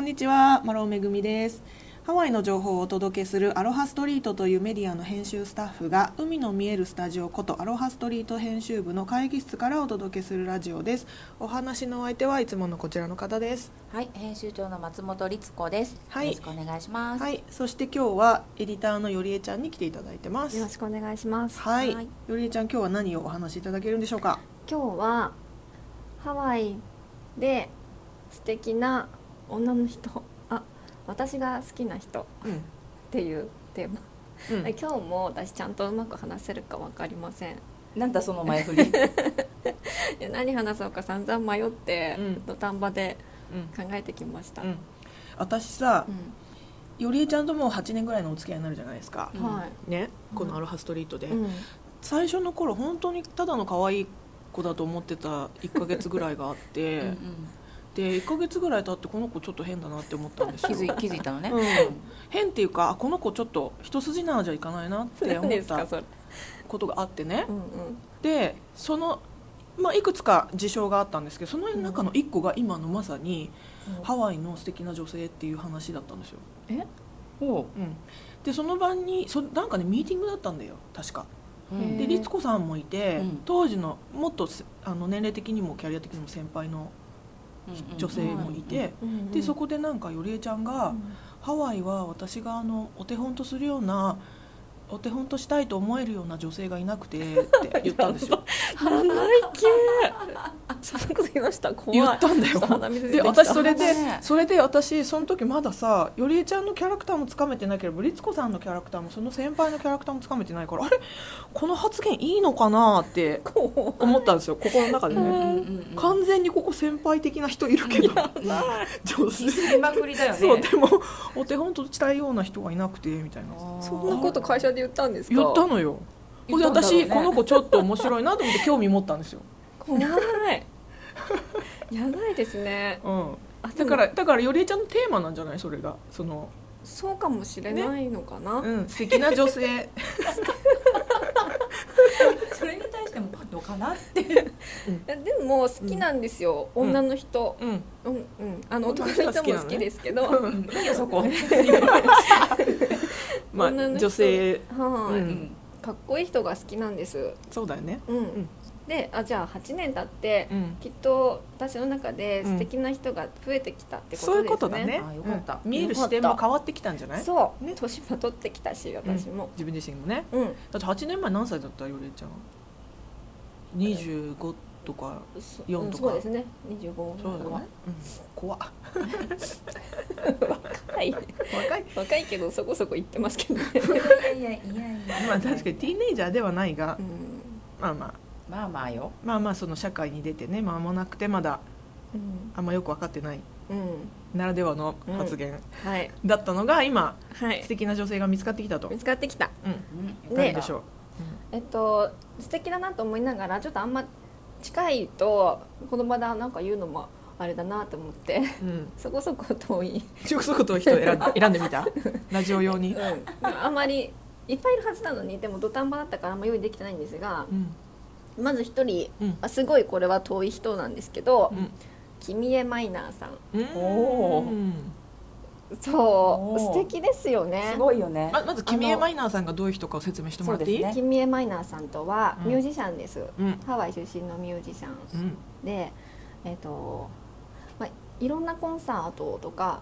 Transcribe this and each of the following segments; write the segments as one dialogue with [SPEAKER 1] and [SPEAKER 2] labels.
[SPEAKER 1] んにちはマロンめぐみですハワイの情報をお届けするアロハストリートというメディアの編集スタッフが海の見えるスタジオことアロハストリート編集部の会議室からお届けするラジオですお話のお相手はいつものこちらの方です
[SPEAKER 2] はい、編集長の松本律子です。
[SPEAKER 1] はい
[SPEAKER 2] よろしくお願いします。
[SPEAKER 1] はいそして今日はエディターのよりえちゃんに来ていただいてます
[SPEAKER 3] よろしくお願いします。
[SPEAKER 1] はい、
[SPEAKER 2] はい
[SPEAKER 1] よりえちゃん今日は何をお話しいただけるんでしょうか
[SPEAKER 3] 今日はハワイで素敵な女の人、あ、私が好きな人っ
[SPEAKER 1] うん
[SPEAKER 3] ていうテーマ。
[SPEAKER 1] うん
[SPEAKER 3] 今日も私ちゃんとうまく話せるかわかりません。
[SPEAKER 2] なんだその前振 り。
[SPEAKER 3] いや何話そうか散々迷って
[SPEAKER 1] うん
[SPEAKER 3] 土壇場で
[SPEAKER 1] うん
[SPEAKER 3] 考えてきました。
[SPEAKER 1] うん私さ
[SPEAKER 3] う、ん
[SPEAKER 1] よりえちゃんともう8年ぐらいのお付き合いになるじゃないですか、
[SPEAKER 3] は
[SPEAKER 1] ね
[SPEAKER 3] うん
[SPEAKER 1] このアロハストリートで、
[SPEAKER 3] うん
[SPEAKER 1] 最初の頃本当にただの可愛い子だと思ってた1ヶ月ぐらいがあって
[SPEAKER 2] うんうん
[SPEAKER 1] で1ヶ月ぐらい経ってこの子ちょっと変だなって思ったん です
[SPEAKER 2] 気
[SPEAKER 1] よ
[SPEAKER 2] づい気づいたのね。
[SPEAKER 1] うん変っていうかあこの子ちょっと一筋縄じゃいかないなって
[SPEAKER 3] 何
[SPEAKER 1] 思っ
[SPEAKER 3] ですか
[SPEAKER 1] た
[SPEAKER 3] それ。
[SPEAKER 1] ことがあってね
[SPEAKER 3] うんうん。
[SPEAKER 1] でその、まあ、いくつか事象があったんですけどその中の1個が今のまさにハワイの素敵な女性っていう話だったんですよ、
[SPEAKER 2] ほ
[SPEAKER 1] うん、でその晩にそなんかねミーティングだったんだよ確か
[SPEAKER 2] う。
[SPEAKER 3] へ
[SPEAKER 1] で
[SPEAKER 3] ー
[SPEAKER 1] 律子さんもいて、
[SPEAKER 2] うん
[SPEAKER 1] 当時のもっとせあの年齢的にもキャリア的にも先輩の女性もいて、
[SPEAKER 3] うんうん
[SPEAKER 1] でそこでなんかよりえちゃんが、
[SPEAKER 3] うん
[SPEAKER 1] ハワイは私があのお手本とするようなお手本としたいと思えるような女性がいなくてって言ったん ですよ
[SPEAKER 3] 鼻息。 そんなこと言いました。怖い。
[SPEAKER 1] 言ったんだよ
[SPEAKER 3] ちょっと鼻水
[SPEAKER 1] で
[SPEAKER 3] 出てきた
[SPEAKER 1] 私それで
[SPEAKER 2] ね
[SPEAKER 1] それで私その時まださよりえちゃんのキャラクターもつかめてないけど律子さんのキャラクターもその先輩のキャラクターもつかめてないからあれこの発言いいのかなって
[SPEAKER 3] 怖
[SPEAKER 1] 思ったんですよ心の中で
[SPEAKER 2] うんうん
[SPEAKER 1] ね。
[SPEAKER 2] うんうん。
[SPEAKER 1] 完全にここ先輩的な人いるけど女
[SPEAKER 2] 気
[SPEAKER 1] 性
[SPEAKER 2] づきまくりだよね。
[SPEAKER 1] そうでもお手本としたいような人がいなくてみたいな
[SPEAKER 3] そんなこと会社で言ったんですか。
[SPEAKER 1] 言ったのよ
[SPEAKER 2] 言
[SPEAKER 1] ほ
[SPEAKER 2] っ
[SPEAKER 1] んで
[SPEAKER 2] たんだろうね
[SPEAKER 1] 私この子ちょっと面白いなと思って興味持ったんですよ、
[SPEAKER 3] 怖い。やばいですね。
[SPEAKER 1] うん、
[SPEAKER 3] あ
[SPEAKER 1] だからだからよりえちゃんのテーマなんじゃないそれがその、
[SPEAKER 3] そうかもしれないのかな。
[SPEAKER 1] うん、素敵な女 性
[SPEAKER 2] それに対してもどうかなって。
[SPEAKER 3] えでも好きなんですよ、
[SPEAKER 1] うん
[SPEAKER 3] 女の人。
[SPEAKER 1] うん
[SPEAKER 3] うんうん。あの
[SPEAKER 1] 女の
[SPEAKER 3] 男
[SPEAKER 1] 人
[SPEAKER 3] の
[SPEAKER 1] が好
[SPEAKER 3] 人も
[SPEAKER 1] きなのね
[SPEAKER 3] 好きですけど。は
[SPEAKER 2] うんいいよそこ。
[SPEAKER 1] まあ
[SPEAKER 3] 女の人
[SPEAKER 1] 女性
[SPEAKER 3] い、
[SPEAKER 1] うん
[SPEAKER 2] うん
[SPEAKER 3] かっこいい人が好きなんです。
[SPEAKER 1] そうだよね
[SPEAKER 3] うん。
[SPEAKER 1] ん
[SPEAKER 3] で、あじゃあ8年経って。
[SPEAKER 1] うん
[SPEAKER 3] きっと私の中で素敵な人が増えてきたってことですね。
[SPEAKER 1] そういうことだね
[SPEAKER 2] あよかった
[SPEAKER 1] うん見える視点も変わってきたんじゃない
[SPEAKER 3] そう、
[SPEAKER 1] ね
[SPEAKER 3] 年も取ってきたし私も、
[SPEAKER 1] 自分自身もね
[SPEAKER 3] うん
[SPEAKER 1] だって8年前何歳だったよりえちゃん25とか
[SPEAKER 3] そ
[SPEAKER 1] 四
[SPEAKER 3] うん
[SPEAKER 1] とか
[SPEAKER 3] そうですね25
[SPEAKER 1] そうだ
[SPEAKER 3] 分
[SPEAKER 1] よね、うん、怖っ
[SPEAKER 3] はい
[SPEAKER 1] 若い
[SPEAKER 3] 若いけどそこそこ言ってますけどね、
[SPEAKER 2] いやいやいやいや。
[SPEAKER 1] まあ確かにティーンエイジャーではないが
[SPEAKER 3] うん
[SPEAKER 1] まあまあ
[SPEAKER 2] まあまあよ。
[SPEAKER 1] まあまあその社会に出てね間もなくてまだ
[SPEAKER 3] うん
[SPEAKER 1] あんまよく分かってない
[SPEAKER 3] うん、
[SPEAKER 1] ならではの発言
[SPEAKER 3] はい
[SPEAKER 1] だったのが今、
[SPEAKER 3] は
[SPEAKER 1] 素
[SPEAKER 3] い
[SPEAKER 1] 敵な女性が見つかってきたと
[SPEAKER 3] 見つかってきた
[SPEAKER 2] うん
[SPEAKER 1] 誰で
[SPEAKER 3] ね
[SPEAKER 1] しょう、
[SPEAKER 3] えっと素敵だなと思いながらちょっとあんま近いとこの場でなんか言うのもあれだなと思って
[SPEAKER 1] うん、
[SPEAKER 3] そこそこ遠い、
[SPEAKER 1] 中国速度を人を選ん で選んでみたラジオ用に、
[SPEAKER 3] あんまりいっぱいいるはずなのにでも土壇場だったからあんま用意できてないんですが
[SPEAKER 1] うん
[SPEAKER 3] まず一人、
[SPEAKER 1] うん
[SPEAKER 3] あすごいこれは遠い人なんですけど、
[SPEAKER 1] うん
[SPEAKER 3] 君江マイナーさん
[SPEAKER 1] うん
[SPEAKER 2] おー
[SPEAKER 1] うん
[SPEAKER 3] そ
[SPEAKER 2] おー
[SPEAKER 3] う素敵ですよね
[SPEAKER 2] すごいよね。
[SPEAKER 1] ままず君
[SPEAKER 3] あ
[SPEAKER 1] 江
[SPEAKER 3] の
[SPEAKER 1] マイナーさんがどういう人かを説明してもらっていい
[SPEAKER 2] そうですね
[SPEAKER 3] 君江マイナーさんとは
[SPEAKER 1] うん
[SPEAKER 3] ミュージシャンです、
[SPEAKER 1] うん
[SPEAKER 3] ハワイ出身のミュージシャン
[SPEAKER 1] うん
[SPEAKER 3] でえっ、と、まあ、いろんなコンサートとか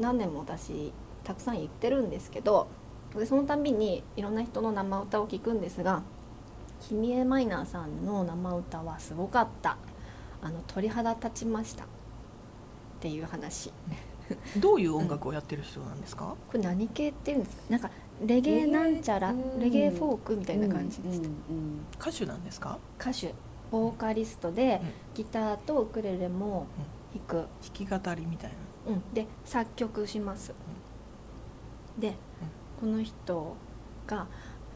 [SPEAKER 3] 何年も私たくさん行ってるんですけどでそのたんびにいろんな人の生歌を聴くんですが君江マイナーさんの生歌はすごかったあの鳥肌立ちましたっていう話
[SPEAKER 1] どういう音楽をやってる人なんですか、
[SPEAKER 3] これ何系っていうんですかなんかレゲエなんちゃら
[SPEAKER 2] レゲエうん
[SPEAKER 3] レゲエフォークみたいな感じでした、
[SPEAKER 2] うん
[SPEAKER 1] 歌手なんですか
[SPEAKER 3] 歌手ボーカリストで
[SPEAKER 1] うん
[SPEAKER 3] ギターとウクレレも弾く、
[SPEAKER 1] 弾き語りみたいな
[SPEAKER 3] うん、で作曲します、でこの人が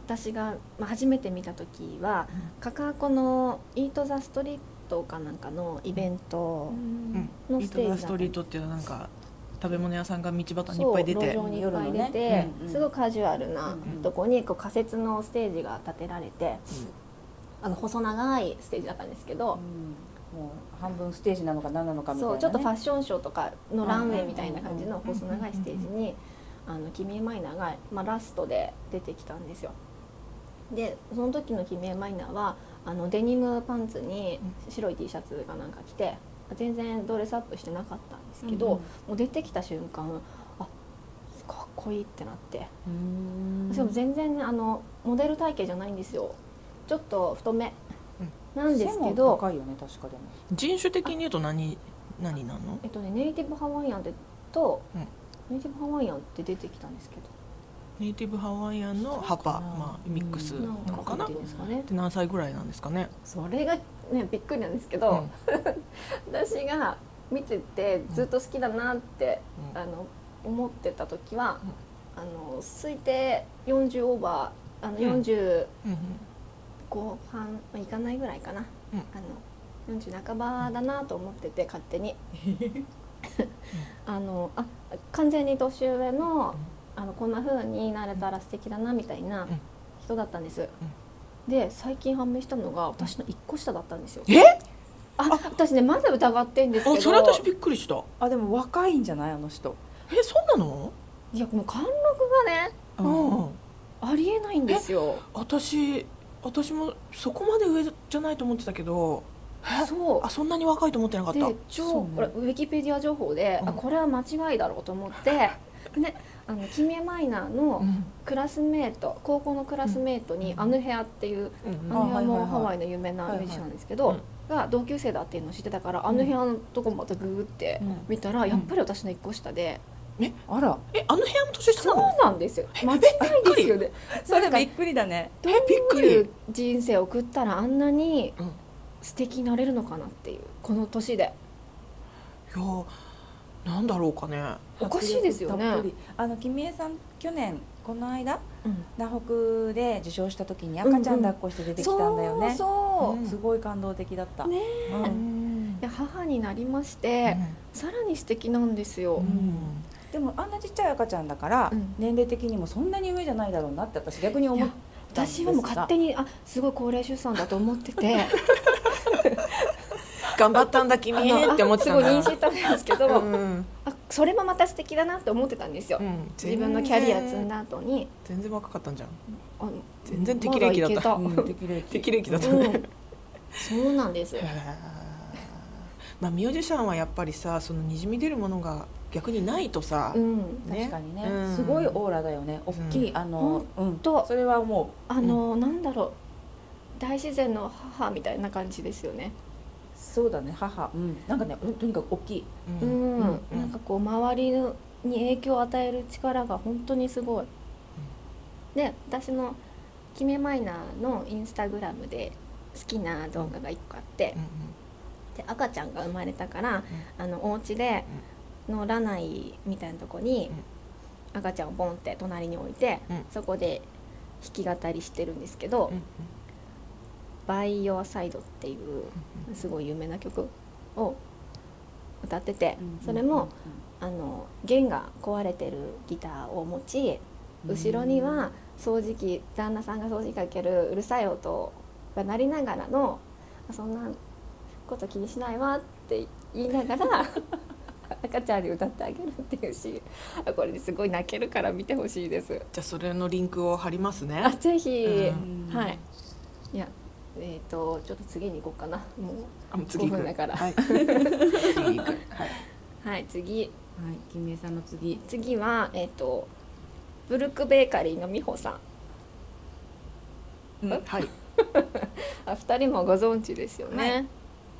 [SPEAKER 3] 私がまあ初めて見た時はカカアコの「イート・ザ・ストリート」かなんかのイベント
[SPEAKER 1] うん
[SPEAKER 3] の
[SPEAKER 1] イー
[SPEAKER 3] ステ
[SPEAKER 1] ト
[SPEAKER 3] ー
[SPEAKER 1] ザ
[SPEAKER 3] ジだっ
[SPEAKER 1] ス
[SPEAKER 3] た
[SPEAKER 1] ト
[SPEAKER 3] の
[SPEAKER 1] リートっていうのはなんか食べ物屋さんが道端にい
[SPEAKER 3] そ
[SPEAKER 1] っ
[SPEAKER 3] う
[SPEAKER 1] ぱい出て
[SPEAKER 3] 路上にいっぱい出て、
[SPEAKER 2] うんうん
[SPEAKER 3] すごいカジュアルな
[SPEAKER 2] うんうん
[SPEAKER 3] とこにこう仮設のステージが建てられて、あの細長いステージだったんですけど、
[SPEAKER 2] もう半分ステージなのか何なのかみたいな、
[SPEAKER 3] そう
[SPEAKER 2] ね、
[SPEAKER 3] ちょっとファ
[SPEAKER 2] ッ
[SPEAKER 3] ッションショーとかのランウェイみたいな感じの
[SPEAKER 2] うんうんうん
[SPEAKER 3] 細長いステージにあのキミエマイナーが、まあ、ラストで出てきたんですよでその時のキミエマイナーはあのデニムパンツに白い T シャツかなんか着て全然ドレスアップしてなかったんですけど、もう出てきた瞬間あかっこいいってなってしかも全然ねあのモデル体型じゃないんですよちょっと太めなんですけど、
[SPEAKER 2] 高いよね確かでも
[SPEAKER 1] 人種的に言うと何何なの
[SPEAKER 3] えっとね、ネイティブハワイアンでと、
[SPEAKER 1] うん
[SPEAKER 3] ネイティブハワイアンって出てきたんですけど、
[SPEAKER 1] ネイティブハワイアンのハパ、まあ、ミックス
[SPEAKER 2] うん
[SPEAKER 1] なのかな
[SPEAKER 3] なんていうんですかね。
[SPEAKER 1] で何歳ぐらいなんですかね、
[SPEAKER 3] それがねびっくりなんですけ
[SPEAKER 1] う
[SPEAKER 3] ど、私が見ててずっと好きだなって、
[SPEAKER 1] うん
[SPEAKER 3] あの思ってた時は、あの推定40オーバーあの
[SPEAKER 1] うん
[SPEAKER 3] 40
[SPEAKER 1] うんうん
[SPEAKER 3] 後半、まあいかないぐらいかな、
[SPEAKER 1] うん
[SPEAKER 3] あの40半ばだなと思ってて勝手に あのあ完全に年上のあのこんな風になれたら素敵だなみたいな
[SPEAKER 1] うん
[SPEAKER 3] 人だったんです、で最近判明したのが私の1個下だったんですよ
[SPEAKER 1] え
[SPEAKER 3] あ私ねまだ疑ってんですけど
[SPEAKER 1] あそれ私びっくりした
[SPEAKER 2] あでも若いんじゃないあの人
[SPEAKER 1] えそんなの、
[SPEAKER 3] いやもう貫禄がね
[SPEAKER 1] うん
[SPEAKER 3] ありえないんですよ
[SPEAKER 1] 私私もそこまで上じゃないと思ってたけどえ
[SPEAKER 3] そう
[SPEAKER 1] あそんなに若いと思ってなかった
[SPEAKER 3] で
[SPEAKER 2] そう
[SPEAKER 3] 超、
[SPEAKER 2] ね
[SPEAKER 3] これウィキペディア情報で、
[SPEAKER 1] うん
[SPEAKER 3] あこれは間違いだろうと思って ねあのキミエマイナー
[SPEAKER 1] う
[SPEAKER 3] の
[SPEAKER 1] ん
[SPEAKER 3] クラスメート高校のクラスメートに
[SPEAKER 1] うん
[SPEAKER 3] アヌヘアっていう、
[SPEAKER 1] うん
[SPEAKER 3] ア
[SPEAKER 2] あ
[SPEAKER 3] ヌヘア
[SPEAKER 2] はいはい
[SPEAKER 3] も
[SPEAKER 2] はい
[SPEAKER 3] ハワイの有名なミュージシャンなんですけど、
[SPEAKER 1] はいはい
[SPEAKER 3] が同級生だっていうのを知ってたから、
[SPEAKER 1] ん
[SPEAKER 3] アヌヘアのとこもまたグーって
[SPEAKER 1] うん
[SPEAKER 3] 見たら、やっぱり私の一個下で、
[SPEAKER 2] あら
[SPEAKER 1] えあの部屋も年下
[SPEAKER 3] そ
[SPEAKER 1] な
[SPEAKER 3] う
[SPEAKER 1] の
[SPEAKER 3] なんですよ間違いですよね
[SPEAKER 2] それ
[SPEAKER 3] なんか
[SPEAKER 2] びっくりだね
[SPEAKER 1] えびっく
[SPEAKER 3] どうい
[SPEAKER 1] り
[SPEAKER 3] う人生を送ったらあんなに
[SPEAKER 1] うん
[SPEAKER 3] 素敵になれるのかなっていうこの年で
[SPEAKER 1] いやなんだろうかね
[SPEAKER 3] おかしいですよね
[SPEAKER 2] たっぷりあの君江さん去年この間
[SPEAKER 3] うん
[SPEAKER 2] 南北で受賞した時に赤ちゃん抱っこして出てきたんだよね、
[SPEAKER 3] そうそう、
[SPEAKER 1] うん
[SPEAKER 2] すごい感動的だった、
[SPEAKER 3] ね
[SPEAKER 2] うん
[SPEAKER 1] うん
[SPEAKER 3] で母になりまして、さらに素敵なんですよ、
[SPEAKER 1] うん
[SPEAKER 2] でもあんなちっちゃい赤ちゃんだから、
[SPEAKER 3] うん
[SPEAKER 2] 年齢的にもそんなに上じゃないだろうなって私逆に思っ
[SPEAKER 3] いや私はもう勝手にあすごい高齢出産だと思ってて
[SPEAKER 1] 頑張ったんだ君って思って
[SPEAKER 3] す
[SPEAKER 1] た
[SPEAKER 3] ご
[SPEAKER 1] ん
[SPEAKER 3] い
[SPEAKER 1] だ
[SPEAKER 3] 妊娠したんですけど、
[SPEAKER 1] うん
[SPEAKER 3] あそれもまた素敵だなって思ってたんですよ、
[SPEAKER 1] うん
[SPEAKER 3] 自分のキャリア積んだ後に
[SPEAKER 1] 全然若かったんじゃん
[SPEAKER 3] あ
[SPEAKER 1] 全然適齢期だった
[SPEAKER 2] う
[SPEAKER 3] ま
[SPEAKER 2] ん
[SPEAKER 3] だいけ
[SPEAKER 2] 適齢
[SPEAKER 1] 適齢期だったた
[SPEAKER 3] うん
[SPEAKER 1] ね、
[SPEAKER 3] そうなんです
[SPEAKER 1] へーまあミュージシャンはやっぱりさそのにじみ出るものが逆にないとさ、
[SPEAKER 3] うん
[SPEAKER 1] ね
[SPEAKER 2] 確かにね、
[SPEAKER 1] うん
[SPEAKER 2] すごいオーラだよね大きい、あのうん
[SPEAKER 3] と
[SPEAKER 2] それはも
[SPEAKER 3] あの、なんだろう大自然の母みたいな感じですよね
[SPEAKER 2] うそうだね母、うん、なんかねうんとにかく大きい
[SPEAKER 1] うん
[SPEAKER 3] うん、
[SPEAKER 1] うん
[SPEAKER 3] なんかこう周りのに影響を与える力が本当にすごい、で私のキメマイナーのインスタグラムで好きな動画が1個あって
[SPEAKER 1] う、ん
[SPEAKER 3] で赤ちゃんが生まれたから、あのお家でのらないみたいなとこに赤ちゃんをボンって隣に置いて、
[SPEAKER 1] うん
[SPEAKER 3] そこで弾き語りしてるんですけど
[SPEAKER 1] う
[SPEAKER 3] 「
[SPEAKER 1] んうん
[SPEAKER 3] バイヨーサイド」っていうすごい有名な曲を歌ってて、それもあの弦が壊れてるギターを持ち後ろには掃除機旦那さんが掃除機かけるうるさい音が鳴りながらの「そんなこと気にしないわ」って言いながら 赤ちゃんに歌ってあげるっていうシーンこれですごい泣けるから見てほしいです。
[SPEAKER 1] じゃあそれのリンクを貼ります
[SPEAKER 3] あ
[SPEAKER 1] ね
[SPEAKER 3] ぜひ、
[SPEAKER 1] うん
[SPEAKER 3] はいいやえっ、とちょっと次に行こうかなもう
[SPEAKER 1] あもう次行く
[SPEAKER 3] 5分だから
[SPEAKER 1] はい、次行くはい
[SPEAKER 3] はい
[SPEAKER 2] は
[SPEAKER 3] 次
[SPEAKER 2] い君江さんの次
[SPEAKER 3] 次はえっ、とブルックベーカリーの美穂さん
[SPEAKER 2] うん
[SPEAKER 1] はい
[SPEAKER 3] あ二人もご存知ですよね、
[SPEAKER 2] はい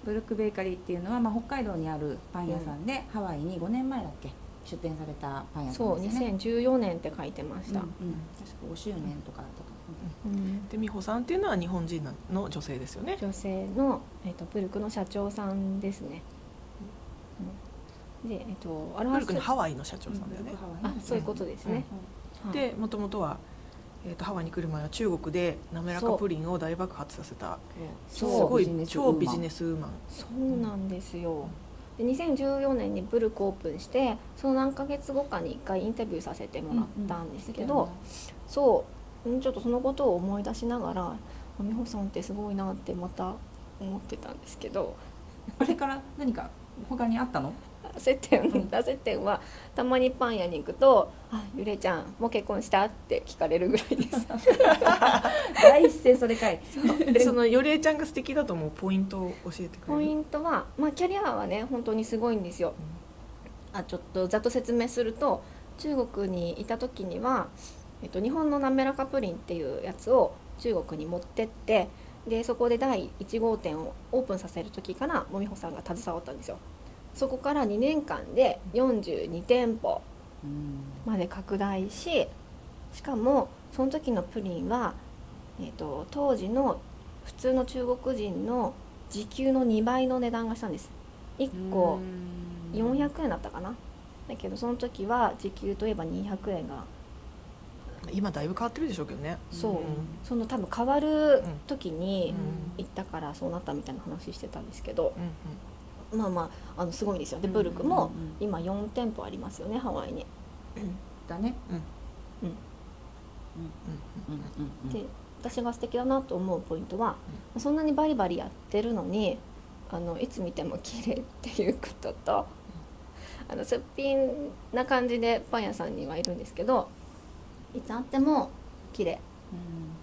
[SPEAKER 2] ブルックベーカリーっていうのは、まあ、北海道にあるパン屋さんで、ハワイに5年前だっけ出店されたパン屋さ
[SPEAKER 3] そ
[SPEAKER 2] ん
[SPEAKER 3] う
[SPEAKER 2] ですよね
[SPEAKER 3] 2014年って書いてました、
[SPEAKER 2] うんうん確か5周年とかだったと
[SPEAKER 3] うん
[SPEAKER 1] で美穂さんっていうのは日本人の女性ですよね
[SPEAKER 3] 女性の、えっとブルクの社長さんですね、うんでえっ、とアル
[SPEAKER 1] ブ
[SPEAKER 3] ハ
[SPEAKER 1] ルクのハワイの社長さんだよね、
[SPEAKER 3] あそういうことですね、はい、
[SPEAKER 1] でもともとは、えー、とハワイに来る前は中国で滑らかプリンを大爆発させたす
[SPEAKER 3] そう
[SPEAKER 1] ごい超ビジ
[SPEAKER 2] ス
[SPEAKER 1] ネスウーマン
[SPEAKER 3] そうなんですよで2014年にブルクオープンしてその何ヶ月後かに1回インタビューさせてもらったんですけど、そううんちょっとそのことを思い出しながらあ美穂さんってすごいなってまた思ってたんですけど
[SPEAKER 2] これから何か他にあったの
[SPEAKER 3] 接点打接点はたまにパン屋に行くと「あゆれちゃんもう結婚した?」って聞かれるぐらいです
[SPEAKER 2] 第一声それかい
[SPEAKER 1] でそのよりえちゃんが素敵だと思うポイントを教えてく
[SPEAKER 3] ポ
[SPEAKER 1] れ
[SPEAKER 3] イ
[SPEAKER 1] る
[SPEAKER 3] ントは、まあ、キャリアはね本当にすごいんですよあちょっとざっと説明すると中国にいた時には、えっと、日本の滑らかプリンっていうやつを中国に持ってってでそこで第1号店をオープンさせる時からもみほさんが携わったんですよそこから2年間で42店舗
[SPEAKER 2] うん
[SPEAKER 3] まで拡大ししかもその時のプリンは、えー、と当時の普通の中国人の時給の2倍の値段がしたんです1個400円だったかなだけどその時は時給といえば200円が
[SPEAKER 1] 今だいぶ変わってるでしょうけどね
[SPEAKER 3] そう、
[SPEAKER 1] ん
[SPEAKER 3] その多分変わる時
[SPEAKER 1] う
[SPEAKER 3] に
[SPEAKER 1] ん
[SPEAKER 3] 行ったからそうなったみたいな話してたんですけど
[SPEAKER 1] うんうん
[SPEAKER 3] まあまああのすごいんですよでブルク
[SPEAKER 2] う
[SPEAKER 3] も
[SPEAKER 2] んうんうん
[SPEAKER 3] 今4店舗ありますよねハワイに。
[SPEAKER 2] だね
[SPEAKER 3] うん
[SPEAKER 2] うんうんうん
[SPEAKER 3] で私が素敵だなと思うポイントは、そんなにバリバリやってるのにあのいつ見ても綺麗っていうことと、あのすっぴんな感じでパン屋さんにはいるんですけどいつあっても綺麗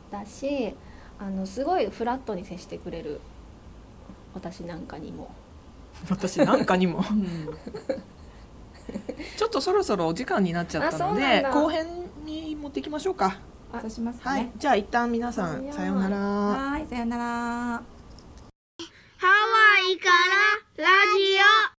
[SPEAKER 3] だしあのすごいフラットに接してくれる私なんかにも
[SPEAKER 1] 私なんかに も
[SPEAKER 2] うん
[SPEAKER 1] ちょっとそろそろお時間になっちゃったの
[SPEAKER 3] あそうなん
[SPEAKER 1] で
[SPEAKER 3] だ
[SPEAKER 1] 後編に持っていきましょうか
[SPEAKER 2] そうしますか
[SPEAKER 1] はい
[SPEAKER 2] ね
[SPEAKER 1] じゃあ一旦皆さんさようなら
[SPEAKER 2] はいさよなら
[SPEAKER 4] ハワイからラジオ